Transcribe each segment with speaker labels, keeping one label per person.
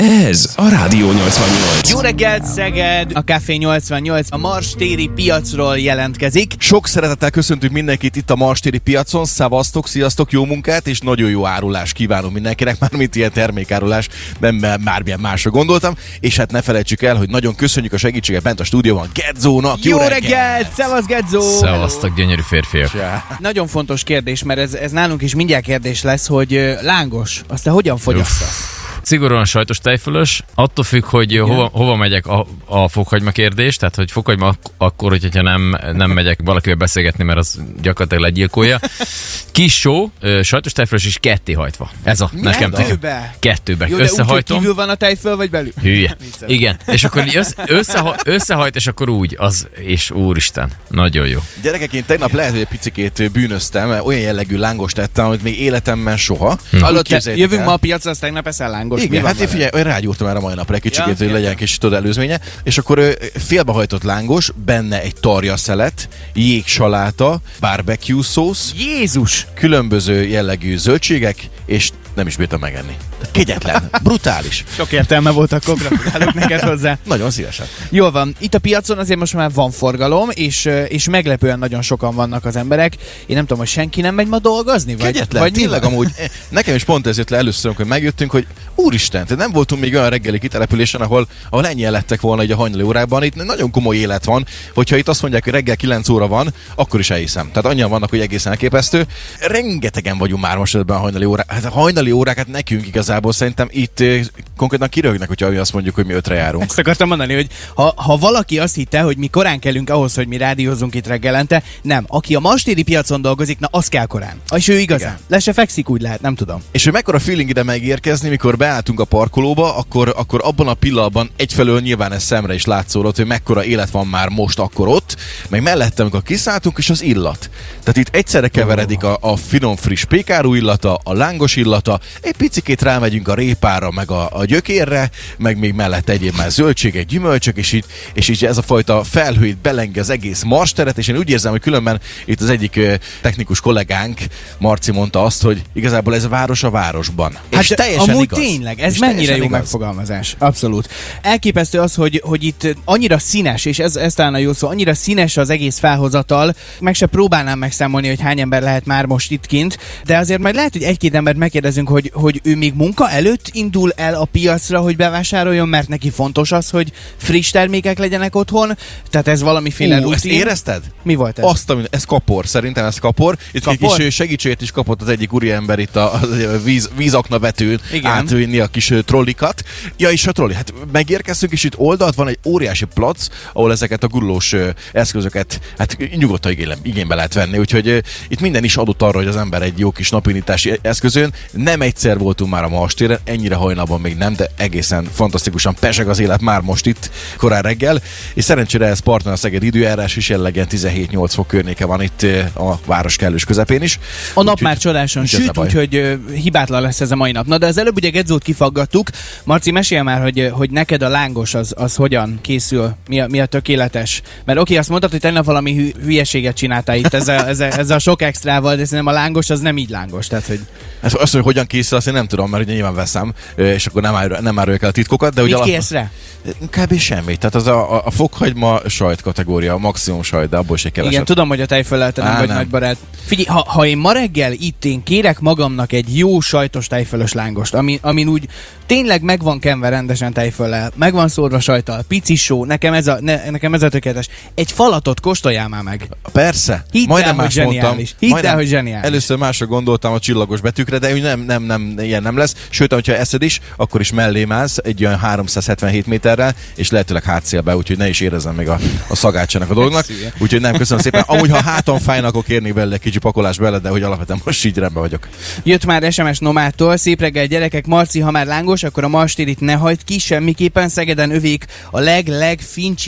Speaker 1: Ez a Rádió 88.
Speaker 2: Jó reggelt, Szeged! A Café 88 a Mars téri piacról jelentkezik.
Speaker 3: Sok szeretettel köszöntünk mindenkit itt a Marstéri piacon. Szavaztok, sziasztok, jó munkát, és nagyon jó árulás kívánom mindenkinek, mármint ilyen termékárulás, nem mert bármilyen másra gondoltam. És hát ne felejtsük el, hogy nagyon köszönjük a segítséget bent a stúdióban Gedzónak.
Speaker 2: Jó, reggelt! Szevasz, Gedzó!
Speaker 4: Szevasztok, gyönyörű férfiak.
Speaker 2: Nagyon fontos kérdés, mert ez, ez nálunk is mindjárt kérdés lesz, hogy ö, lángos, azt te hogyan fogyasztasz?
Speaker 4: Szigorúan sajtos tejfölös, attól függ, hogy hova, hova megyek a, a fokhagyma kérdés, tehát hogy fokhagyma ak- akkor, hogyha nem, nem megyek valakivel beszélgetni, mert az gyakorlatilag legyilkolja. Kis só, ö, sajtos tejfölös és ketté hajtva. Ez a nekem.
Speaker 2: Kettőbe?
Speaker 4: Kettőbe.
Speaker 2: Jó, de úgy, hogy
Speaker 4: Összehajtom.
Speaker 2: kívül van a tejföl, vagy belül?
Speaker 4: Hülye.
Speaker 2: Viccelek.
Speaker 4: Igen. És akkor így össze, összeha, összehajt, és akkor úgy, az, és úristen, nagyon jó.
Speaker 3: Gyerekek, én tegnap lehet, hogy egy picikét bűnöztem, mert olyan jellegű lángost tettem, amit még életemben soha. Úgy
Speaker 2: Hallott, te,
Speaker 3: képzeljétek
Speaker 2: jövünk
Speaker 3: el.
Speaker 2: ma a piacra, aztán tegnap eszel lángos. mi
Speaker 3: Igen,
Speaker 2: van
Speaker 3: hát én
Speaker 2: veled?
Speaker 3: figyelj, én rágyúrtam erre a mai napra egy kicsit,
Speaker 2: Ja,
Speaker 3: hogy legyen kicsit tudod előzménye, és akkor ö, félbehajtott lángos, benne egy tarja szelet, jégsaláta, barbecue szósz,
Speaker 2: Jézus!
Speaker 3: különböző jellegű zöldségek, és nem is bírtam megenni. Kegyetlen, brutális.
Speaker 2: Sok értelme volt a gratulálok neked hozzá.
Speaker 3: Nagyon szívesen.
Speaker 2: Jól van, itt a piacon azért most már van forgalom, és, ö, és meglepően nagyon sokan vannak az emberek. Én nem tudom, hogy senki nem megy ma dolgozni? Vagy,
Speaker 3: Kegyetlen,
Speaker 2: vagy
Speaker 3: vagy
Speaker 2: mi
Speaker 3: tényleg
Speaker 2: van?
Speaker 3: amúgy. eh, Nekem is pont ezért le először, amikor megjöttünk, hogy úristen, tehát nem voltunk még olyan reggeli kitelepülésen, ahol, ahol ennyien lettek volna így a hajnali órában. Itt nagyon komoly élet van, hogyha itt azt mondják, hogy reggel 9 óra van, akkor is elhiszem. Tehát annyian vannak, hogy egészen elképesztő. Rengetegen vagyunk már most ebben a hajnali órá. Hát a hajnali órákat nekünk igazából szerintem itt eh, konkrétan kiröhögnek, hogyha mi azt mondjuk, hogy mi ötre járunk.
Speaker 2: Ezt akartam mondani, hogy ha, ha valaki azt hitte, hogy mi korán kelünk ahhoz, hogy mi rádiózunk itt reggelente, nem. Aki a mastéri piacon dolgozik, na az kell korán. És ő igazán.
Speaker 3: Igen.
Speaker 2: Le se fekszik, úgy lehet, nem tudom.
Speaker 3: És hogy mekkora feeling ide megérkezni, mikor beálltunk a parkolóba, akkor, akkor abban a pillanatban egyfelől nyilván ez szemre is látszódott, hogy mekkora élet van már most akkor ott, meg mellette, amikor kiszálltunk, és az illat. Tehát itt egyszerre keveredik a, a finom friss pékárú illata, a lángos illata, egy picikét rámegyünk a répára, meg a, a gyökérre, meg még mellett egyéb már zöldségek, gyümölcsök, és így, és így ez a fajta felhő itt belengi az egész marsteret, és én úgy érzem, hogy különben itt az egyik ö, technikus kollégánk, Marci mondta azt, hogy igazából ez a város a városban. és teljesen
Speaker 2: Hát amúgy
Speaker 3: igaz.
Speaker 2: tényleg, ez
Speaker 3: És
Speaker 2: mennyire jó
Speaker 3: teljesen igaz.
Speaker 2: megfogalmazás. Abszolút. Elképesztő az, hogy, hogy itt annyira színes, és ez, ez talán a jó szó, annyira színes az egész felhozatal, meg se próbálnám megszámolni, hogy hány ember lehet már most itt kint, de azért majd lehet, hogy egy-két embert megkérdezünk, hogy, hogy ő még munka előtt indul el a piacra, hogy bevásároljon, mert neki fontos az, hogy friss termékek legyenek otthon, tehát ez valamiféle
Speaker 3: Ú, ezt
Speaker 2: rutin.
Speaker 3: érezted?
Speaker 2: Mi volt ez?
Speaker 3: Azt, ami, ez kapor, szerintem ez kapor. Itt
Speaker 2: Kapor?
Speaker 3: kapor? kis ö, segítséget is kapott az egyik úriember itt a, a, a víz, vízakna vetőn
Speaker 2: Igen.
Speaker 3: Igen. átvinni a kis ö, trollikat. Ja, és a trolli, hát megérkeztünk, és itt oldalt van egy óriási plac, ahol ezeket a gurulós ö, eszközöket hát nyugodtan igénybe, igénybe lehet venni. Úgyhogy ö, itt minden is adott arra, hogy az ember egy jó kis napindítási eszközön. Nem egyszer voltunk már a Mastéren, ennyire hajnalban még nem, de egészen fantasztikusan peseg az élet már most itt korán reggel. És szerencsére ez partner a Szeged időjárás is jellegen 17-8 fok környéke van itt ö, a város kellős közepén is.
Speaker 2: A nap
Speaker 3: Úgyhogy
Speaker 2: már csodáson
Speaker 3: nincs ezzel
Speaker 2: süt,
Speaker 3: baj.
Speaker 2: úgyhogy ö, hibátlan lesz ez a mai nap. Na de az előbb ugye Gedzót kifaggattuk. Marci, mesél már, hogy, ö, hogy neked a lángos az, az hogyan készül, mi a, mi a tökéletes. Mert oké, azt mondtad, hogy tegnap valami hű- hülyeséget csináltál itt ezzel, ezzel, ezzel a sok extrával, de szerintem a lángos az nem így lángos. Tehát, hogy
Speaker 3: Hát azt, hogy hogyan készül, azt én nem tudom, mert ugye nyilván veszem, ö, és akkor nem, árul, nem árulják el a titkokat. De
Speaker 2: mit
Speaker 3: ugye
Speaker 2: alap...
Speaker 3: alap-
Speaker 2: kérsz rá?
Speaker 3: Kb. semmit. Tehát az a, a, a fokhagyma sajt kategória, a maximum sajt, de abból se keveset.
Speaker 2: Igen, tudom, hogy a tejföllel te nem
Speaker 3: Á,
Speaker 2: vagy
Speaker 3: nem.
Speaker 2: nagy barát. Figyelj, ha, ha én ma reggel itt én kérek magamnak egy jó sajtos tejfölös lángost, ami, amin úgy tényleg meg van kenve rendesen tejföllel, meg van szórva sajtal, pici só, nekem ez a, ne, nekem ez a tökéletes. Egy falatot kóstoljál már meg.
Speaker 3: Persze.
Speaker 2: Hidd
Speaker 3: majdnem
Speaker 2: el, hogy
Speaker 3: más
Speaker 2: zseniális.
Speaker 3: mondtam.
Speaker 2: Hidd
Speaker 3: Majdnem-
Speaker 2: el, hogy zseniális.
Speaker 3: Először másra gondoltam a csillagos betűkre, de úgy nem, nem, nem, ilyen nem lesz. Sőt, hogyha eszed is, akkor is mellé mász egy olyan 377 méterrel, és lehetőleg hátszélbe, úgyhogy ne is érezzem még a, a szagácsának a dolognak. Úgyhogy nem, köszönöm szépen. Amúgy, ha hátam fájnak, akkor kérnék belőle egy kicsi pakolás bele, de hogy alapvetően most így rendben vagyok.
Speaker 2: Jött már SMS Nomától, szép reggel gyerekek, Marci, ha már lángos, akkor a mastérit ne hagyd ki, semmiképpen Szegeden övék a leg-leg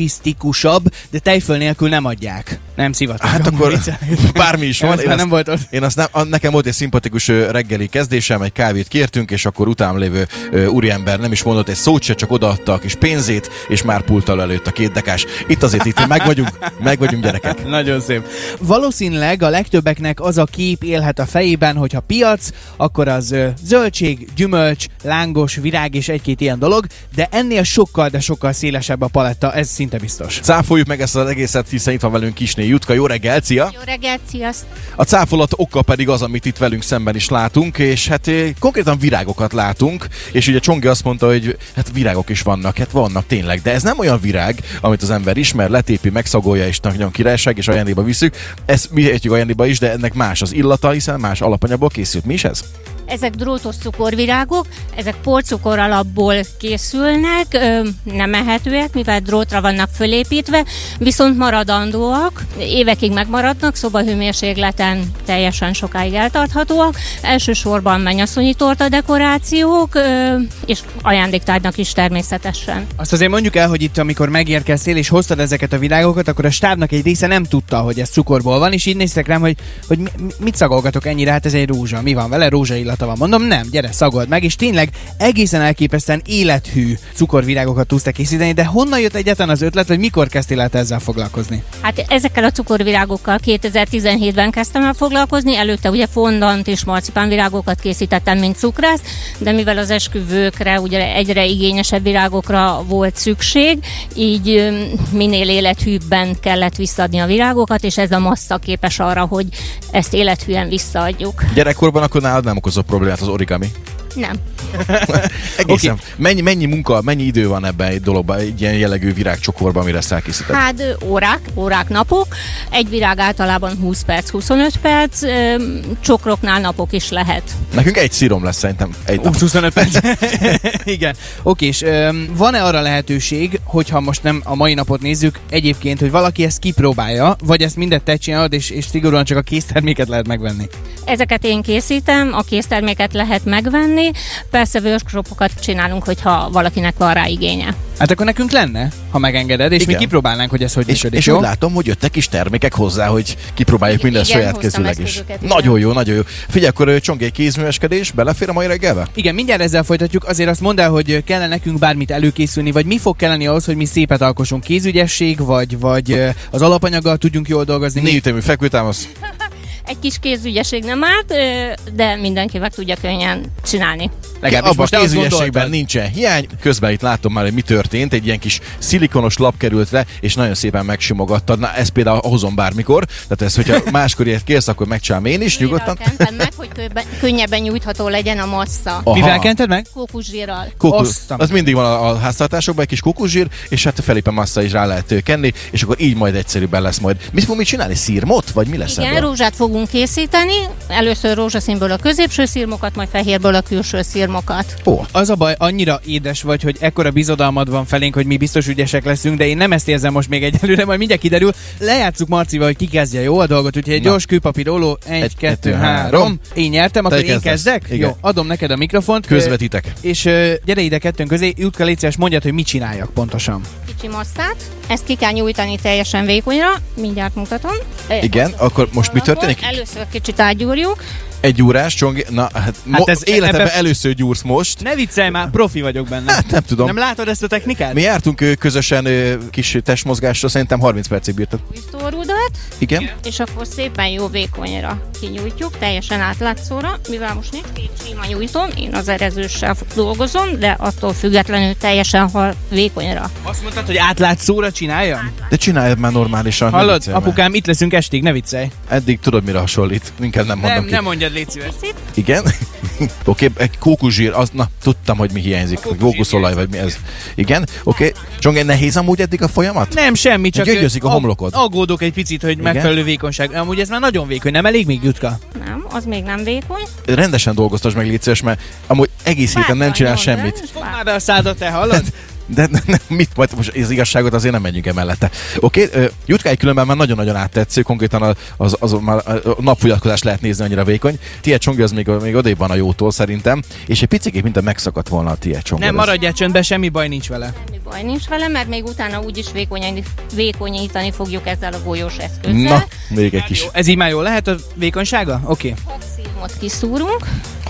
Speaker 2: fincsisztikusabb, de tejföl nélkül nem adják. Nem szivatok.
Speaker 3: Hát
Speaker 2: Amúgy
Speaker 3: akkor
Speaker 2: viccelek.
Speaker 3: bármi
Speaker 2: Ez
Speaker 3: is van.
Speaker 2: már
Speaker 3: Én azt-
Speaker 2: nem volt ott.
Speaker 3: Én azt nem, a- nekem volt egy szimpatikus ö, reggeli kezdésem, egy kávét kértünk, és és akkor utám lévő ö, úriember nem is mondott egy szót se, csak odaadta a kis pénzét, és már pulttal előtt a két dekás. Itt azért itt meg vagyunk, meg vagyunk gyerekek.
Speaker 2: Nagyon szép. Valószínűleg a legtöbbeknek az a kép élhet a fejében, hogy ha piac, akkor az ö, zöldség, gyümölcs, lángos, virág és egy-két ilyen dolog, de ennél sokkal, de sokkal szélesebb a paletta, ez szinte biztos.
Speaker 3: Cáfoljuk meg ezt az egészet, hiszen itt van velünk Kisné Jutka. Jó reggel, szia!
Speaker 5: Jó reggelt, sziasztok!
Speaker 3: A cáfolat oka pedig az, amit itt velünk szemben is látunk, és hát eh, konkrétan virágokat látunk, és ugye Csongi azt mondta, hogy hát virágok is vannak, hát vannak tényleg, de ez nem olyan virág, amit az ember ismer, letépi, megszagolja, és nagyon királyság, és ajándékba visszük. Ezt mi értjük ajándékba is, de ennek más az illata, hiszen más alapanyagból készült. Mi is ez?
Speaker 5: Ezek drótos cukorvirágok, ezek porcukor alapból készülnek, ö, nem ehetőek, mivel drótra vannak fölépítve, viszont maradandóak, évekig megmaradnak, szobahőmérsékleten teljesen sokáig eltarthatóak. Elsősorban mennyasszonyi torta dekorációk, ö, és ajándéktárnak is természetesen.
Speaker 2: Azt azért mondjuk el, hogy itt, amikor megérkeztél és hoztad ezeket a virágokat, akkor a stábnak egy része nem tudta, hogy ez cukorból van, és így néztek rám, hogy, hogy mi- mi- mit szagolgatok ennyire, hát ez egy rózsa, mi van vele, rózsa illata van. Mondom, nem, gyere, szagold meg, és tényleg egészen elképesztően élethű cukorvirágokat tudsz készíteni, de honnan jött egyáltalán az ötlet, hogy mikor kezdtél el te ezzel foglalkozni?
Speaker 5: Hát ezekkel a cukorvirágokkal 2017-ben kezdtem el foglalkozni, előtte ugye fondant és marcipánvirágokat készítettem, mint cukrász, de mivel az esküvőkre ugye egyre igényesebb virágokra volt szükség, így öm, minél élethűbben kellett visszaadni a virágokat, és ez a massza képes arra, hogy ezt élethűen visszaadjuk.
Speaker 3: Gyerekkorban akkor nálad nem okozott problémát az origami.
Speaker 5: Nem.
Speaker 3: Egészen. Okay. Mennyi, mennyi munka, mennyi idő van ebben egy dologban, egy ilyen jellegű virágcsokorban, amire ezt elkészíted?
Speaker 5: Hát ö, órák, órák, napok. Egy virág általában 20 perc, 25 perc, öm, csokroknál napok is lehet.
Speaker 3: Nekünk egy szírom lesz szerintem egy nap.
Speaker 2: 25 perc. Igen. Oké, és öm, van-e arra lehetőség, hogyha most nem a mai napot nézzük, egyébként, hogy valaki ezt kipróbálja, vagy ezt mindet te csinálod, és, és szigorúan csak a készterméket lehet megvenni?
Speaker 5: Ezeket én készítem, a készterméket lehet megvenni, persze workshopokat csinálunk, hogyha valakinek van rá igénye.
Speaker 2: Hát akkor nekünk lenne, ha megengeded, és Igen.
Speaker 3: Igen.
Speaker 2: mi kipróbálnánk, hogy ez hogy
Speaker 3: És,
Speaker 2: működik,
Speaker 3: és
Speaker 2: jó?
Speaker 3: úgy látom, hogy jöttek is termékek hozzá, hogy kipróbáljuk minden
Speaker 5: Igen,
Speaker 3: saját
Speaker 5: hoztam
Speaker 3: kezüleg is.
Speaker 5: eszközöket, igen.
Speaker 3: Nagyon jó, nagyon jó. Figyelj, akkor ö, Csongi, egy kézműveskedés, belefér a mai reggelbe?
Speaker 2: Igen, mindjárt ezzel folytatjuk. Azért azt mondd el, hogy kell nekünk bármit előkészülni, vagy mi fog kelleni ahhoz, hogy mi szépet alkossunk? Kézügyesség, vagy, vagy ö, az alapanyaggal tudjunk jól dolgozni?
Speaker 3: Négy
Speaker 2: Mi?
Speaker 3: ütemű fekvőtámasz.
Speaker 5: Egy kis kézügyesség nem árt, ö, de mindenki meg tudja könnyen csinálni.
Speaker 2: Legalábbis
Speaker 3: Abban
Speaker 2: most
Speaker 3: a
Speaker 2: te azt
Speaker 3: kézügyességben
Speaker 2: gondoltad.
Speaker 3: nincsen hiány. Közben itt látom már, hogy mi történt. Egy ilyen kis szilikonos lap került le, és nagyon szépen megsimogattad. Na, ezt például hozom bármikor. Tehát ezt, hogyha máskor ilyet kérsz, akkor megcsinálom én is, nyugodtan.
Speaker 5: Zsírral kentem meg, hogy kőbe- könnyebben nyújtható legyen a massza.
Speaker 3: Aha.
Speaker 2: Mivel kented meg?
Speaker 5: Kókuszsírral.
Speaker 3: Kókusz,
Speaker 2: Osztam.
Speaker 3: az mindig van a, a háztartásokban, egy kis kókuszsír, és hát a Felipe Massa is rá lehet ö, kenni, és akkor így majd egyszerűbben lesz majd. Mit fogunk mi csinálni? Szírmot? Vagy mi lesz
Speaker 5: Igen,
Speaker 3: ebből?
Speaker 5: rózsát fogunk készíteni, először rózsaszínből a középső szírmokat, majd fehérből a külső szírmokat.
Speaker 3: Ó,
Speaker 2: Az a baj, annyira édes vagy, hogy ekkora bizodalmad van felénk, hogy mi biztos ügyesek leszünk, de én nem ezt érzem most még egyelőre, majd mindjárt kiderül. Lejátszuk Marcival, hogy ki kezdje jó a dolgot, úgyhogy egy
Speaker 3: Na.
Speaker 2: gyors kőpapír oló, egy, egy kettő, három. három. Én nyertem, akkor én
Speaker 3: kezdesz.
Speaker 2: kezdek?
Speaker 3: Igen.
Speaker 2: Jó, adom neked a mikrofont.
Speaker 3: közvetitek.
Speaker 2: Ö, És ö, gyere ide kettőnk közé, Jutka légy szíves, mondjad, hogy mit csináljak pontosan.
Speaker 5: Kicsi masszát, ezt ki kell nyújtani teljesen vékonyra, mindjárt mutatom. Ö,
Speaker 3: Igen, akkor most mi történik?
Speaker 5: Először kicsit átgyúrjuk.
Speaker 3: Egy órás csongi... Na, hát, mo-
Speaker 2: ez- e-
Speaker 3: életemben
Speaker 2: ebbe-
Speaker 3: először gyúrsz most.
Speaker 2: Ne viccelj már, profi vagyok benne.
Speaker 3: Hát nem tudom.
Speaker 2: Nem látod ezt a technikát?
Speaker 3: Mi jártunk ö, közösen ö, kis testmozgásra, szerintem 30 percig bírtad.
Speaker 5: Újtórudat,
Speaker 3: Igen?
Speaker 5: és akkor szépen jó vékonyra kinyújtjuk, teljesen átlátszóra, mivel most nincs két sima nyújtom, én az erezőssel f- dolgozom, de attól függetlenül teljesen hal vékonyra.
Speaker 2: Azt mondtad, hogy átlátszóra csináljam?
Speaker 3: De csináljad már normálisan. ne
Speaker 2: Hallod,
Speaker 3: viccelj már.
Speaker 2: apukám, itt leszünk estig, ne viccelj.
Speaker 3: Eddig tudod, mire hasonlít. Inkább nem mondom
Speaker 2: Nem,
Speaker 3: ki.
Speaker 2: nem mondjad, légy szíves.
Speaker 5: Picit,
Speaker 3: Igen? Oké, okay, egy kókuszsír, az, na, tudtam, hogy mi hiányzik. Kókuszolaj, vagy mi ez. Igen? Oké. Okay. Csongi, nehéz amúgy eddig a folyamat?
Speaker 2: Nem, semmi, csak
Speaker 3: Gyögyözik a
Speaker 2: ag-
Speaker 3: homlokod.
Speaker 2: Aggódok egy picit, hogy megfelelő vékonyság. Amúgy ez már nagyon vékony, nem elég még jutka?
Speaker 5: nem, az még nem vékony.
Speaker 3: Rendesen dolgoztas meg, légy szíves, mert amúgy egész héten nem
Speaker 5: Bátran
Speaker 3: csinál
Speaker 5: nyomd el,
Speaker 3: semmit.
Speaker 5: és
Speaker 2: Fogd
Speaker 5: bátran.
Speaker 2: már Hát, be a szádat, te hallod?
Speaker 3: De ne, ne, mit, majd most az igazságot azért nem megyünk el mellette. Oké, okay, Jutkáj különben már nagyon-nagyon áttetsző, konkrétan az, az, az már ö, a napfogyatkozást lehet nézni, annyira vékony. Tiet Csongi az még, még odébb van a jótól szerintem, és egy picit, mint a megszakadt volna a Tiet Csongi.
Speaker 2: nem, maradjál csöndben, semmi baj nincs vele.
Speaker 5: Semmi baj nincs vele, mert még utána úgyis vékony, vékonyítani fogjuk ezzel a golyós eszközzel.
Speaker 3: Na, még egy kis.
Speaker 2: Ez így már jó lehet a vékonysága? Oké.
Speaker 5: Fogszívmot kiszúrunk,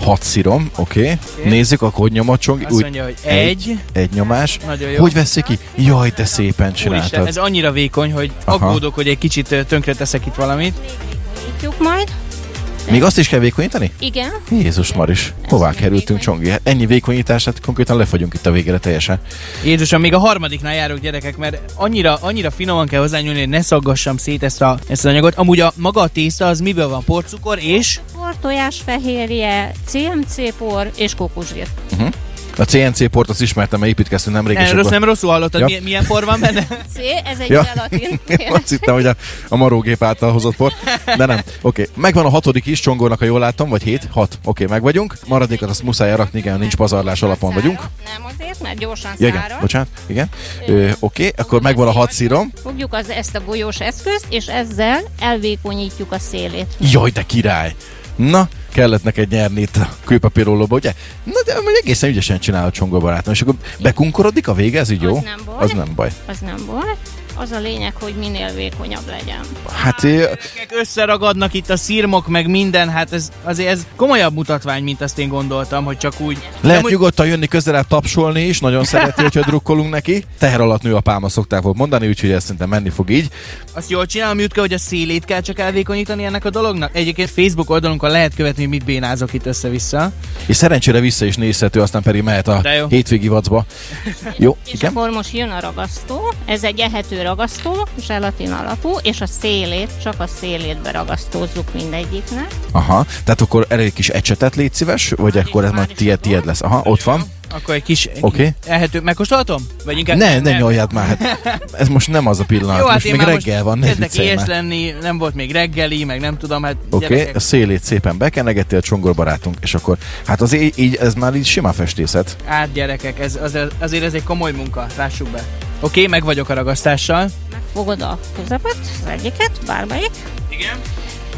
Speaker 3: Hat szirom, oké. Okay. Okay. Nézzük, akkor hogy nyom a csongi.
Speaker 2: Azt mondja, hogy egy.
Speaker 3: egy nyomás.
Speaker 2: Nagyon jó.
Speaker 3: Hogy veszik ki? Jaj, de szépen
Speaker 2: Úristen,
Speaker 3: csináltad.
Speaker 2: ez annyira vékony, hogy
Speaker 3: Aha.
Speaker 2: aggódok, hogy egy kicsit ö, tönkre teszek itt valamit.
Speaker 5: Nyitjuk majd.
Speaker 3: Még azt is kell vékonyítani?
Speaker 5: Igen.
Speaker 3: Jézus Maris, hová
Speaker 5: még
Speaker 3: kerültünk,
Speaker 5: vékony.
Speaker 3: Csongi? Hát ennyi vékonyítás, hát konkrétan lefagyunk itt a végére teljesen.
Speaker 2: Jézusom, még a harmadiknál járok gyerekek, mert annyira, annyira finoman kell hozzányúlni, hogy ne szaggassam szét ezt, a, ezt az anyagot. Amúgy a maga a tészta az miből van? Porcukor és?
Speaker 5: Por, tojásfehérje, CMC por és kókuszsír.
Speaker 3: A CNC port azt ismertem, mert építkeztünk nemrég, és
Speaker 2: Nem, rossz, nem rosszul hallottad,
Speaker 3: Ja.
Speaker 2: ja. milyen, milyen por van benne?
Speaker 5: C, ez egy
Speaker 3: Ja.
Speaker 5: ja. gelatin.
Speaker 3: Én azt hittem, hogy a, a marógép által hozott por, de nem. Oké, okay. megvan a hatodik is, Csongornak, ha jól láttam, vagy hét, hat. Oké, okay, meg vagyunk. Maradékat azt muszáj elrakni, igen, nincs pazarlás alapon vagyunk.
Speaker 5: Nem azért, mert gyorsan
Speaker 3: Ja, igen,
Speaker 5: száraz.
Speaker 3: bocsánat, igen. Ö, Oké, okay, akkor megvan a hat szírom.
Speaker 5: Fogjuk az, ezt a golyós eszközt, és ezzel elvékonyítjuk a szélét.
Speaker 3: Jaj, de király! Na, kellett neked nyerni itt a kőpapírólóba, ugye? Na, de amúgy egészen ügyesen csinál a csongó barátom, és akkor bekunkorodik a vége, ez így jó?
Speaker 5: Az nem baj.
Speaker 3: Az nem baj.
Speaker 5: Az nem volt. Az a lényeg, hogy minél vékonyabb legyen.
Speaker 3: Hát, ö,
Speaker 2: Gyerekek, Összeragadnak itt a szirmok, meg minden, hát ez azért ez komolyabb mutatvány, mint azt én gondoltam, hogy csak úgy.
Speaker 3: Lehet
Speaker 2: hogy-
Speaker 3: nyugodtan jönni közelebb tapsolni is, nagyon szereti, hogyha drukkolunk neki. Teher alatt nő a pálma szokták volt mondani, úgyhogy ez szerintem menni fog így.
Speaker 2: Azt jól csinálom, Jutka, hogy a szélét kell csak elvékonyítani ennek a dolognak? Egyébként Facebook oldalunkon lehet követni, hogy mit bénázok itt össze-vissza.
Speaker 3: És szerencsére vissza is nézhető, aztán pedig mehet a
Speaker 2: De jó.
Speaker 3: hétvégi vacba. Jó,
Speaker 5: És
Speaker 3: igen.
Speaker 5: akkor most jön a ragasztó, ez egy ehető ragasztó, zselatin alapú, és a szélét, csak a szélét beragasztózzuk mindegyiknek.
Speaker 3: Aha. Tehát akkor erre egy kis ecsetet légy szíves, vagy
Speaker 5: Már is-
Speaker 3: akkor ez
Speaker 5: már
Speaker 3: majd
Speaker 5: is
Speaker 3: tied,
Speaker 5: adom.
Speaker 3: tied lesz. Aha, ott van.
Speaker 2: Akkor egy kis
Speaker 3: Oké.
Speaker 2: elhető. Megkóstolhatom? Vagy inkább...
Speaker 3: Ne, ne nyoljad már. Hát, ez most nem az a pillanat.
Speaker 2: Jó, hát
Speaker 3: most
Speaker 2: én
Speaker 3: még
Speaker 2: már
Speaker 3: reggel van, ne
Speaker 2: kezdek
Speaker 3: viccelj
Speaker 2: éhes
Speaker 3: már.
Speaker 2: lenni, nem volt még reggeli, meg nem tudom, hát
Speaker 3: Oké, okay,
Speaker 2: gyerekek.
Speaker 3: a szélét szépen bekenegettél, csongor barátunk, és akkor, hát az így, így, ez már így sima festészet.
Speaker 2: Át gyerekek, ez, az, azért ez egy komoly munka, lássuk be. Oké, okay, meg vagyok a ragasztással.
Speaker 5: Fogod a közepet, az egyiket, bármelyik. Igen.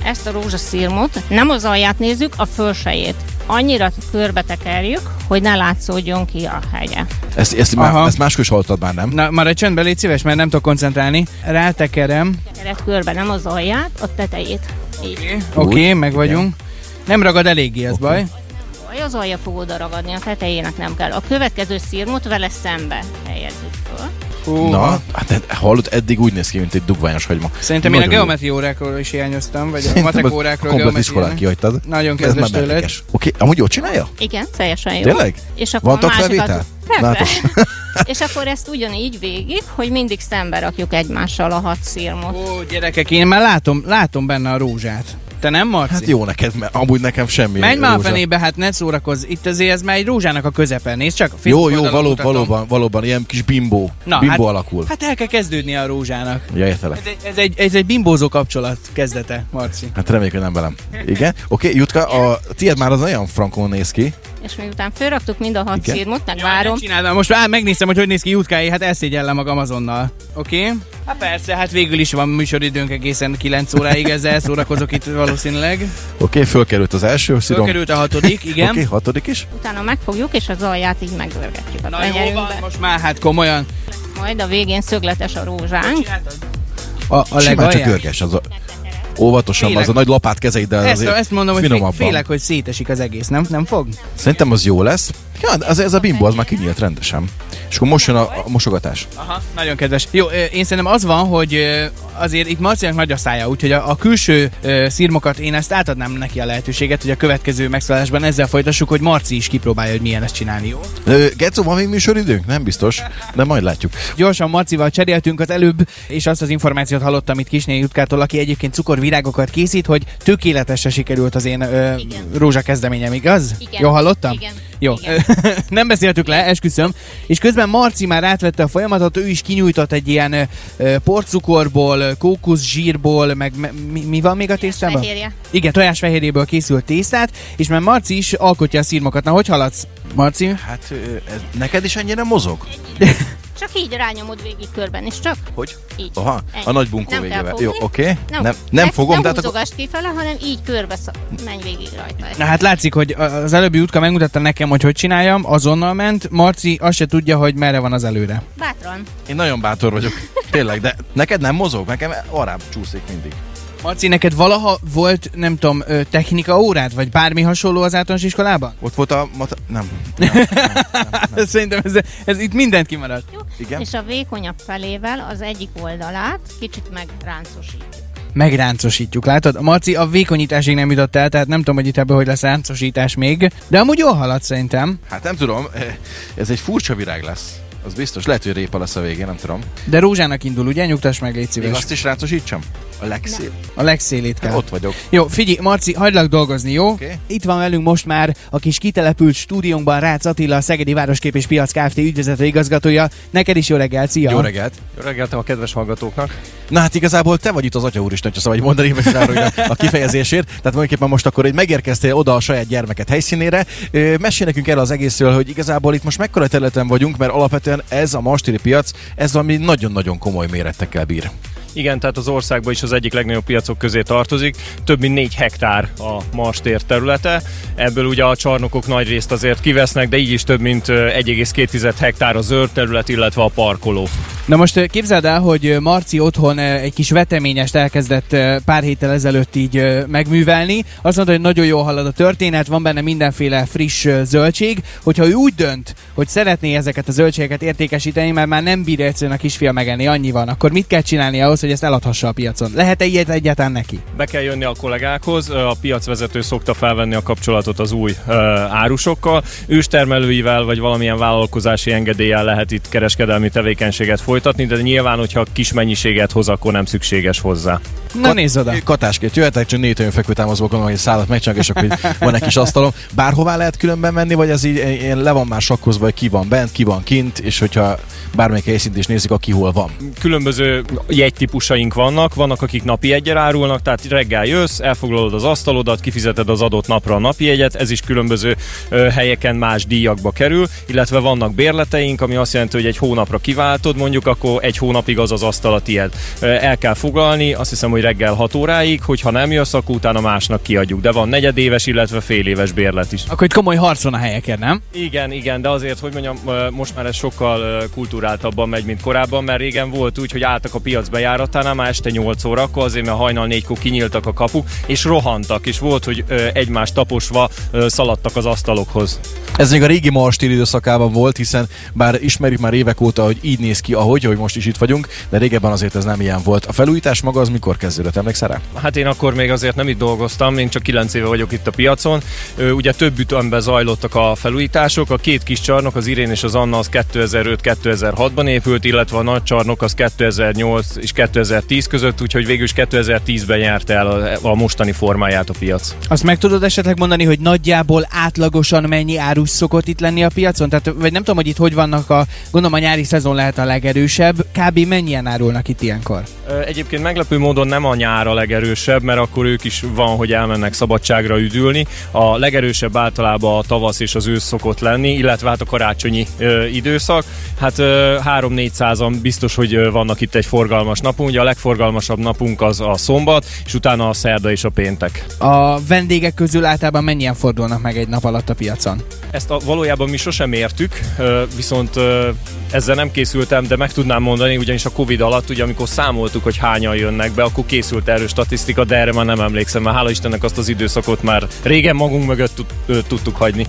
Speaker 5: Ezt a rózsaszírmot, nem az alját nézzük, a fölsejét. Annyira körbe tekerjük, hogy ne látszódjon ki a hegye.
Speaker 3: Ezt, ezt, már,
Speaker 2: Aha.
Speaker 3: ezt máskor is hallottad már, nem?
Speaker 2: Na, maradj csöndben, légy szíves, mert nem tudok koncentrálni. Rátekerem.
Speaker 5: Keret körbe, nem az alját, a tetejét. Így.
Speaker 2: Oké, okay, meg vagyunk. Nem ragad eléggé, ez okay. baj.
Speaker 5: Baj, az alja fog oda ragadni, a tetejének nem kell. A következő szírmot vele szembe helyezzük föl.
Speaker 2: Húha.
Speaker 3: Na, hát ed- hallod, eddig úgy néz ki, mint egy dugványos hagyma.
Speaker 2: Szerintem én a
Speaker 3: Nagyon jó.
Speaker 2: geometri órákról is hiányoztam, vagy a
Speaker 3: Szerintem
Speaker 2: matek
Speaker 3: az
Speaker 2: órákról
Speaker 3: komplet
Speaker 2: geometri-
Speaker 3: iskolán kihagytad.
Speaker 2: Nagyon
Speaker 3: Ez
Speaker 2: kedves
Speaker 3: már
Speaker 2: tőled.
Speaker 3: mellékes. Oké, amúgy jól csinálja?
Speaker 5: Igen, teljesen jó.
Speaker 3: Tényleg?
Speaker 5: És akkor
Speaker 3: Van
Speaker 5: a másikat...
Speaker 3: tagfelvétel? Látos.
Speaker 5: Persze. és akkor ezt ugyanígy végig, hogy mindig szembe rakjuk egymással a hat szírmot.
Speaker 2: Ó, gyerekek, én már látom, látom benne a rózsát. Te nem, Marci?
Speaker 3: Hát jó neked, mert amúgy nekem semmi.
Speaker 2: Menj már a
Speaker 3: rózsa.
Speaker 2: fenébe, hát ne szórakozz. Itt azért ez már egy rózsának a közepe, nézd csak.
Speaker 3: Jó,
Speaker 2: Facebook
Speaker 3: jó,
Speaker 2: oldalon
Speaker 3: való,
Speaker 2: mutatom.
Speaker 3: valóban, valóban, ilyen kis bimbó. Na, bimbó
Speaker 2: hát,
Speaker 3: alakul. Hát,
Speaker 2: Hát el kell kezdődni a rózsának.
Speaker 3: ja, értelek.
Speaker 2: Ez egy, ez, egy, ez egy bimbózó kapcsolat kezdete, Marci.
Speaker 3: Hát reméljük, hogy nem velem. Igen. Oké, Jutka, a tiéd már az olyan frankon néz ki.
Speaker 5: És miután fölraktuk mind a hat
Speaker 3: Igen.
Speaker 5: Igen. szírmot, meg várom,
Speaker 2: Csinálom, most á, megnéztem, hogy hogy néz ki Jutkáé, hát elszégyellem magam azonnal. Oké? Okay? Hát persze, hát végül is van műsoridőnk egészen 9 óráig, ezzel szórakozok itt valószínűleg.
Speaker 3: Oké, fölkerült az első szirom.
Speaker 2: Fölkerült a hatodik, igen.
Speaker 3: Oké, hatodik is.
Speaker 5: utána megfogjuk, és az alját így megvörgetjük a
Speaker 2: Na jó van,
Speaker 5: tenyerünkbe.
Speaker 2: most már hát komolyan.
Speaker 5: Majd a végén szögletes a rózsánk.
Speaker 2: A, a
Speaker 3: Simán csak
Speaker 2: legalján.
Speaker 3: görges az a... Óvatosan,
Speaker 2: Félek.
Speaker 3: az a nagy lapát kezeiddel
Speaker 2: Ezt,
Speaker 3: azért
Speaker 2: ezt mondom, hogy fé-
Speaker 3: finomabban.
Speaker 2: félek, hogy szétesik az egész, nem? Nem fog?
Speaker 3: Szerintem az jó lesz. Ja, de az, ez a bimbo, az már kinyílt rendesen. És akkor most jön a, a mosogatás.
Speaker 2: Aha, nagyon kedves. Jó, ö, én szerintem az van, hogy ö, azért itt Marcinak nagy a szája, úgyhogy a, a külső ö, szirmokat én ezt átadnám neki a lehetőséget, hogy a következő megszólásban ezzel folytassuk, hogy Marci is kipróbálja, hogy milyen ezt csinálni, jó?
Speaker 3: Ö, Gecó, van még műsoridőnk? Nem biztos, de majd látjuk.
Speaker 2: Gyorsan Marcival cseréltünk az előbb, és azt az információt hallottam itt Kisné Jutkától, aki egyébként cukorvirágokat készít, hogy tökéletesre sikerült az én ö,
Speaker 5: Igen.
Speaker 2: rózsa kezdeményem, igaz?
Speaker 5: Igen.
Speaker 2: Jól hallottam?
Speaker 5: Igen.
Speaker 2: Jó,
Speaker 5: Igen.
Speaker 2: nem beszéltük le, esküszöm. És közben Marci már átvette a folyamatot, ő is kinyújtott egy ilyen ö, ö, porcukorból, ö, kókuszzsírból, meg me, mi, mi van még a tésztában?
Speaker 5: Fehérje.
Speaker 2: Igen, tojásfehérjéből készült tésztát, és már Marci is alkotja a szírmokat. Na, hogy haladsz, Marci?
Speaker 3: Hát ö, ez, neked is ennyire mozog?
Speaker 5: Csak így rányomod végig körben, és csak
Speaker 3: Hogy?
Speaker 5: így.
Speaker 3: Aha,
Speaker 5: Ennyi.
Speaker 3: a nagy bunkó
Speaker 5: Nem kell
Speaker 3: végével.
Speaker 5: fogni.
Speaker 3: Jó, oké. Okay. Nem, nem,
Speaker 5: ne-
Speaker 3: fogom, de
Speaker 5: nem
Speaker 3: hát akkor...
Speaker 5: húzogass kifele, hanem így körbe szak, menj végig rajta.
Speaker 2: Na hát látszik, hogy az előbbi útka megmutatta nekem, hogy hogy csináljam, azonnal ment. Marci azt se tudja, hogy merre van az előre.
Speaker 5: Bátran.
Speaker 3: Én nagyon bátor vagyok. Tényleg, de neked nem mozog, nekem arább csúszik mindig.
Speaker 2: Marci, neked valaha volt, nem tudom, ö, technika órád, vagy bármi hasonló az általános iskolában?
Speaker 3: Ott volt a... Mata... Nem.
Speaker 2: Hát, Szerintem ez, ez itt mindent kimaradt.
Speaker 3: Igen.
Speaker 5: És a vékonyabb felével az egyik oldalát kicsit megráncosítjuk.
Speaker 2: Megráncosítjuk, látod? A Marci a vékonyításig nem jutott el, tehát nem tudom, hogy itt ebből hogy lesz ráncosítás még, de amúgy jól halad szerintem.
Speaker 3: Hát nem tudom, ez egy furcsa virág lesz. Az biztos, lehet, hogy répa lesz a végén, nem tudom.
Speaker 2: De Rózsának indul, ugye? Nyugtass meg, légy
Speaker 3: Még
Speaker 2: szíves.
Speaker 3: azt is rácosítsam? A legszél.
Speaker 2: A legszélét kell.
Speaker 3: Ott vagyok.
Speaker 2: Jó, figyelj, Marci, hagylak dolgozni, jó?
Speaker 3: Oké.
Speaker 2: Itt van velünk most már a kis kitelepült stúdiónkban Rácz Attila, a Szegedi Városkép és Piac Kft. ügyvezető igazgatója. Neked is jó reggel, szia!
Speaker 3: Jó reggelt.
Speaker 6: Jó reggeltem a kedves hallgatóknak.
Speaker 3: Na hát igazából te vagy itt az Atya Úristen, ha szabad így mondani, most rá, hogy a- a kifejezésért. Tehát mondjuk most akkor így megérkeztél oda a saját gyermeket helyszínére. Ö, Mesélj nekünk erről az egészről, hogy igazából itt most mekkora területen vagyunk, mert alapvetően ez a mastéri piac, ez valami nagyon-nagyon komoly méretekkel bír.
Speaker 6: Igen, tehát az országban is az egyik legnagyobb piacok közé tartozik. Több mint 4 hektár a Marstér területe. Ebből ugye a csarnokok nagy részt azért kivesznek, de így is több mint ö, 1,2 hektár a zöld terület, illetve a parkoló.
Speaker 2: Na most ö, képzeld el, hogy ö, Marci otthon ö, egy kis veteményest elkezdett ö, pár héttel ezelőtt így ö, megművelni. Azt mondta, hogy nagyon jól halad a történet, van benne mindenféle friss ö, zöldség. Hogyha ő úgy dönt, hogy szeretné ezeket a zöldségeket értékesíteni, mert már nem bírja egyszerűen a kisfia megenni, annyi van, akkor mit kell csinálni ahhoz, hogy ezt eladhassa a piacon? Lehet-e ilyet egyáltalán neki?
Speaker 6: Be kell jönni a kollégákhoz, ö, a piacvezető szokta felvenni a kapcsolatot az új ö, árusokkal, őstermelőivel vagy valamilyen vállalkozási engedéllyel lehet itt kereskedelmi tevékenységet folytatni, de nyilván, hogyha kis mennyiséget hoz, akkor nem szükséges hozzá.
Speaker 2: Na nézz oda!
Speaker 3: Katásként jöhetek, csak négy olyan fekvőtámaszból gondolom, hogy szállat megcsinálok, és akkor így van egy kis asztalom. Bárhová lehet különben menni, vagy ez így ilyen le van már sakkozva, hogy ki van bent, ki van kint, és hogyha bármelyik helyszínt is nézik, aki hol van.
Speaker 6: különböző jegytípusaink vannak, vannak akik napi jegyre árulnak, tehát reggel jössz, elfoglalod az asztalodat, kifizeted az adott napra a napi jegyet, ez is különböző ö, helyeken más díjakba kerül, illetve vannak bérleteink, ami azt jelenti, hogy egy hónapra kiváltod, mondjuk akkor egy hónapig az az asztal a tied. Ö, El kell foglalni, azt hiszem, hogy reggel 6 óráig, hogyha nem jössz, akkor utána másnak kiadjuk, de van negyedéves, illetve féléves bérlet is.
Speaker 2: Akkor itt komoly harc van a helyeken, nem?
Speaker 6: Igen, igen, de azért, hogy mondjam, ö, most már ez sokkal ö, kulturáltabban megy, mint korábban, mert régen volt úgy, hogy álltak a piac bejáratánál, már este 8 órakor, azért mert hajnal 4-kor kinyíltak a kapuk, és rohantak, és volt, hogy ö, egymást taposva ö, szaladtak az asztalokhoz.
Speaker 3: Ez még a régi marstél időszakában volt, hiszen bár ismerjük már évek óta, hogy így néz ki, ahogy, hogy most is itt vagyunk, de régebben azért ez nem ilyen volt. A felújítás maga az mikor kezdődött, emlékszel rá?
Speaker 6: Hát én akkor még azért nem itt dolgoztam, én csak 9 éve vagyok itt a piacon. Ö, Ugye több ütemben zajlottak a felújítások, a két kis csarnok, az Irén és az Anna az 2005-2006-ban épült, illetve a nagy csarnok az 2008 és 2010 között, úgyhogy végül is 2010-ben járta el a, a mostani formáját a piac.
Speaker 2: Azt meg tudod esetleg mondani, hogy nagyjából átlagosan mennyi árus szokott itt lenni a piacon? Tehát, vagy nem tudom, hogy itt hogy vannak a, gondolom a nyári szezon lehet a legerősebb, kb. mennyien árulnak itt ilyenkor?
Speaker 6: Ö, Egyébként meglepő módon nem a nyár a legerősebb, mert akkor ők is van, hogy elmennek szabadságra üdülni. A legerősebb általában a tavasz és az ősz szokott lenni, illetve hát a karácsonyi ö, időszak. Hát ö, 3-400-an biztos, hogy ö, vannak itt egy forgalmas napunk. Ugye a legforgalmasabb napunk az a szombat, és utána a szerda és a péntek.
Speaker 2: A vendégek közül általában mennyien fordulnak meg egy nap alatt a piacon?
Speaker 6: Ezt a, valójában mi sosem értük, ö, viszont ö, ezzel nem készültem, de meg tudnám mondani, ugyanis a Covid alatt, ugye amikor számoltuk, hogy hányan jönnek be, akkor készült erről statisztika, de erre már nem emlékszem, mert hála Istennek azt az időszakot már régen magunk mögött tud, ö, tudtuk hagyni.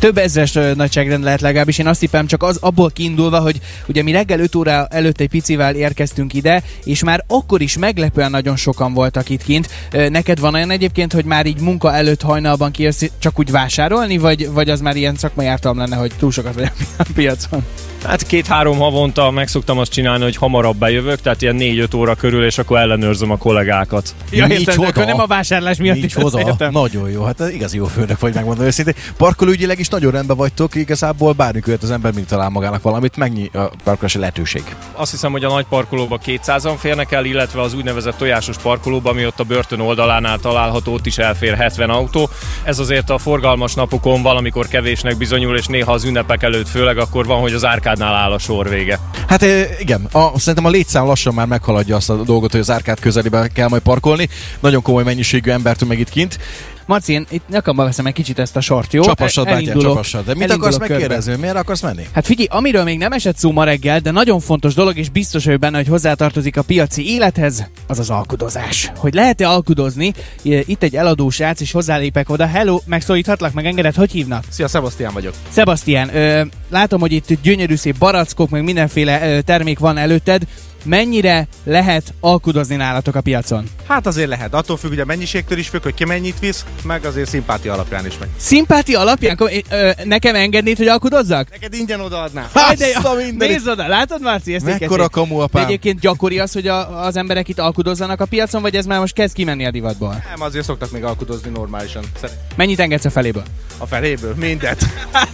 Speaker 2: Több ezres ö, nagyságrend lehet legalábbis, én azt tippem csak az abból kiindulva, hogy ugye mi reggel 5 óra előtt egy picivel érkeztünk ide, és már akkor is meglepően nagyon sokan voltak itt kint. Ö, Neked van olyan egyébként, hogy már így munka előtt hajnalban kijössz csak úgy vásárolni, vagy, vagy az már ilyen szakmai ártalom lenne, hogy túl sokat vagy a pi- a piacon?
Speaker 6: Hát két-három havonta meg szoktam azt csinálni, hogy hamarabb bejövök, tehát ilyen 4-5 óra körül, és akkor ellenőrzöm a kollégákat.
Speaker 2: Ja,
Speaker 3: Nincs
Speaker 2: értem, de
Speaker 3: oda.
Speaker 2: akkor nem a vásárlás miatt
Speaker 3: Nincs
Speaker 2: igaz,
Speaker 3: hoza.
Speaker 2: értem.
Speaker 3: Nagyon jó, hát ez igazi jó főnök vagy, megmondom őszintén. Parkolóügyileg is nagyon rendben vagytok, igazából bármikor jött az ember mindig talál magának valamit, mennyi a parkolási lehetőség.
Speaker 6: Azt hiszem, hogy a nagy parkolóba 200-an férnek el, illetve az úgynevezett tojásos parkolóba, ami ott a börtön oldalánál található, ott is elfér 70 autó. Ez azért a forgalmas napokon valamikor kevésnek bizonyul, és néha az ünnepek előtt főleg akkor van, hogy az árkádnál áll a sor vége.
Speaker 3: Hát ö, igen, a, szerintem a létszám lassan már meghaladja azt a dolgot, hogy az árkát közelében kell majd parkolni. Nagyon komoly mennyiségű embert meg itt kint.
Speaker 2: Maci, én itt nyakamba veszem egy kicsit ezt a sort, jó?
Speaker 3: Csapassad,
Speaker 2: hát El-
Speaker 3: bátyám,
Speaker 2: elindulok-
Speaker 3: csapassad. De mit
Speaker 2: elindulok
Speaker 3: akarsz
Speaker 2: körbe.
Speaker 3: megkérdezni? Miért akarsz menni?
Speaker 2: Hát figyelj, amiről még nem esett szó ma reggel, de nagyon fontos dolog, és biztos vagyok benne, hogy hozzátartozik a piaci élethez, az az alkudozás. Hogy lehet-e alkudozni? I- Itt egy eladó srác, és hozzálépek oda. Hello, megszólíthatlak, meg engeded, hogy hívnak?
Speaker 7: Szia, Sebastian vagyok.
Speaker 2: Sebastian, ö, látom, hogy itt gyönyörű szép barackok, meg mindenféle ö, termék van előtted. Mennyire lehet alkudozni nálatok a piacon?
Speaker 7: Hát azért lehet, attól függ, ugye a mennyiségtől is függ, hogy ki mennyit visz, meg azért szimpátia alapján is megy.
Speaker 2: Szimpáti alapján Akkor, ö, nekem engednéd, hogy alkudozzak?
Speaker 7: Neked ingyen odaadnám.
Speaker 2: Jaj, de jó.
Speaker 3: Azt a mindenit!
Speaker 2: Nézd oda, látod Marci? Ezt így
Speaker 3: Mekkora
Speaker 2: kezdjük.
Speaker 3: kamu
Speaker 2: De
Speaker 3: apám!
Speaker 2: egyébként gyakori az, hogy a, az emberek itt alkudozzanak a piacon, vagy ez már most kezd kimenni a divatból?
Speaker 7: Nem, azért szoktak még alkudozni normálisan. szerint-
Speaker 2: Mennyit engedsz a feléből?
Speaker 7: A feléből, mindent.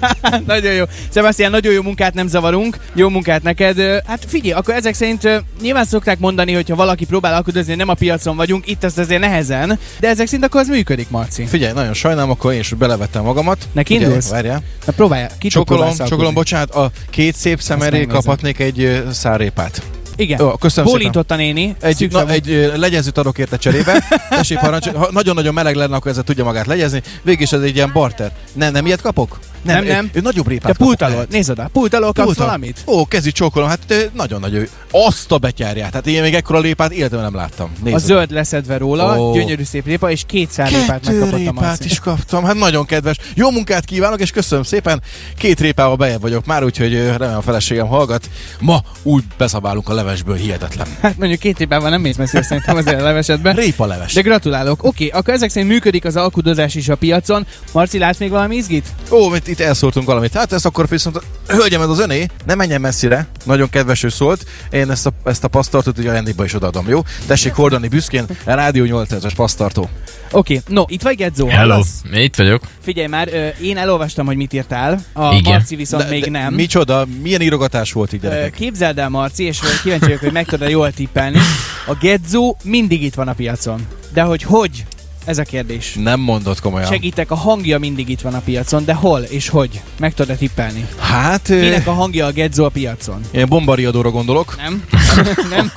Speaker 2: nagyon jó. Sebastian, nagyon jó munkát nem zavarunk. Jó munkát neked. Ö, Hát figyelj, akkor ezek szerint ö, nyilván szokták mondani, hogy ha valaki próbál alkudozni, nem a piacon vagyunk, itt ezt azért nehezen, de ezek szerint akkor az működik, Marci.
Speaker 3: Figyelj, nagyon sajnálom, akkor én is belevettem magamat.
Speaker 2: Neki
Speaker 3: Ugye,
Speaker 2: indulsz?
Speaker 3: Várjál.
Speaker 2: Na Hát próbálj, ki
Speaker 3: Csokolom, csokolom, bocsánat, a két szép szemeré
Speaker 2: megnézem.
Speaker 3: kaphatnék egy ö, szárrépát.
Speaker 2: Igen.
Speaker 3: Jó, köszönöm szépen.
Speaker 2: Bólintott a néni.
Speaker 3: Egy,
Speaker 2: Szűkre
Speaker 3: na,
Speaker 2: van.
Speaker 3: egy ö, legyezőt adok érte cserébe. Tessék parancs, ha nagyon-nagyon meleg lenne, akkor ezzel tudja magát legyezni. Végig is ez egy ilyen barter. Nem, nem ilyet kapok?
Speaker 2: Nem,
Speaker 3: ö,
Speaker 2: nem.
Speaker 3: Ő, nagyobb répát
Speaker 2: Te pult
Speaker 3: kapok.
Speaker 2: alól, nézd oda, pult alól kapsz
Speaker 3: Pult alól.
Speaker 2: valamit?
Speaker 3: Ó, kezdi csókolom, hát ö, nagyon nagy ő. Azt a betyárját. Hát én még ekkora lépát életemben nem láttam.
Speaker 2: A
Speaker 3: Nézd.
Speaker 2: zöld leszedve róla,
Speaker 3: Ó.
Speaker 2: gyönyörű szép répa, és kétszer répát
Speaker 3: Kettő
Speaker 2: megkapott a
Speaker 3: répát
Speaker 2: Marci.
Speaker 3: is kaptam, hát nagyon kedves. Jó munkát kívánok, és köszönöm szépen. Két répával bejebb vagyok már, úgyhogy ö, remélem a feleségem hallgat. Ma úgy beszabálunk a levesből, hihetetlen.
Speaker 2: Hát mondjuk két répával nem mész messzire szerintem azért a levesedben.
Speaker 3: Répa leves.
Speaker 2: De gratulálok. Oké, akkor ezek szerint működik az alkudozás is a piacon. Marci, látsz még valami izgit?
Speaker 3: Ó, itt, itt elszórtunk valamit. Hát ezt akkor viszont, hölgyem, ez az öné, ne menjen messzire. Nagyon kedves ő szólt. Én ezt a, ezt a pasztartót ugye ajándékba is odaadom, jó? Tessék hordani büszkén, a Rádió 800-as pasztartó.
Speaker 2: Oké, no, itt vagy Gedzó. hallasz?
Speaker 4: Itt vagyok.
Speaker 2: Figyelj már, ö, én elolvastam, hogy mit írtál. A
Speaker 4: Igen.
Speaker 2: Marci viszont még nem.
Speaker 3: Micsoda, milyen írogatás volt így,
Speaker 2: Ö,
Speaker 3: gyerekek?
Speaker 2: Képzeld el, Marci, és ö, kíváncsi vagyok, hogy meg tudod jól tippelni. A Gedzó mindig itt van a piacon. De hogy hogy? Ez a kérdés.
Speaker 3: Nem mondott komolyan.
Speaker 2: Segítek, a hangja mindig itt van a piacon, de hol és hogy? Meg tudod tippelni?
Speaker 3: Hát, ö,
Speaker 2: Kinek a hangja a Gedzó a piacon?
Speaker 3: én bombariadóra gondolok.
Speaker 2: Nem? nem?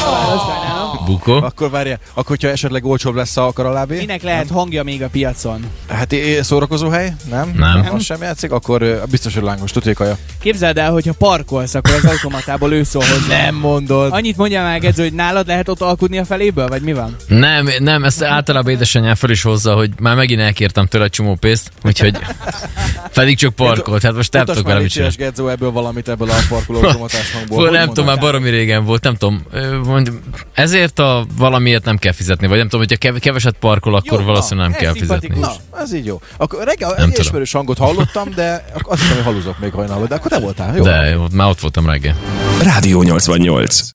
Speaker 2: Sajnálom.
Speaker 4: Bukó.
Speaker 3: Akkor várjál, akkor hogyha esetleg olcsóbb lesz a karalábé?
Speaker 2: Minek lehet hangja még a piacon?
Speaker 3: Hát é- é- szórakozó hely? Nem?
Speaker 4: Nem.
Speaker 3: Az sem játszik, akkor ö, biztos, hogy lángos tutékaja.
Speaker 2: Képzeld el, hogyha parkolsz, akkor az automatából ő szól hozzá.
Speaker 3: Nem mondod.
Speaker 2: Annyit mondjál már, Gedző, hogy nálad lehet ott alkudni a feléből, vagy mi van?
Speaker 4: Nem, nem, ezt általában édesanyám fel is hozza, hogy már megint elkértem tőle egy csomó pénzt, úgyhogy pedig csak parkolt, hát most nem
Speaker 3: Utasd már
Speaker 4: tudok vele
Speaker 3: légy
Speaker 4: mit csinálni.
Speaker 3: szíves, Gedzo, ebből valamit ebből a parkoló promotás hangból.
Speaker 4: Fú,
Speaker 3: Hogy
Speaker 4: nem
Speaker 3: mondod?
Speaker 4: tudom, már baromi régen volt, nem tudom. Ö, Mondj, ezért a valamiért nem kell fizetni, vagy nem tudom, hogyha kev- keveset parkol, akkor
Speaker 3: Jó,
Speaker 4: valószínűleg
Speaker 2: na,
Speaker 4: nem kell
Speaker 2: ez
Speaker 4: fizetni.
Speaker 2: szimpatikus.
Speaker 3: Na, ez így jó. Akkor reggel
Speaker 4: tudom.
Speaker 3: egy ismerős hangot hallottam, de ak- azt hittem, hogy haluzok még hajnalban, de akkor te voltál, jó?
Speaker 4: De jó, már ott voltam reggel.
Speaker 1: Rádió 88.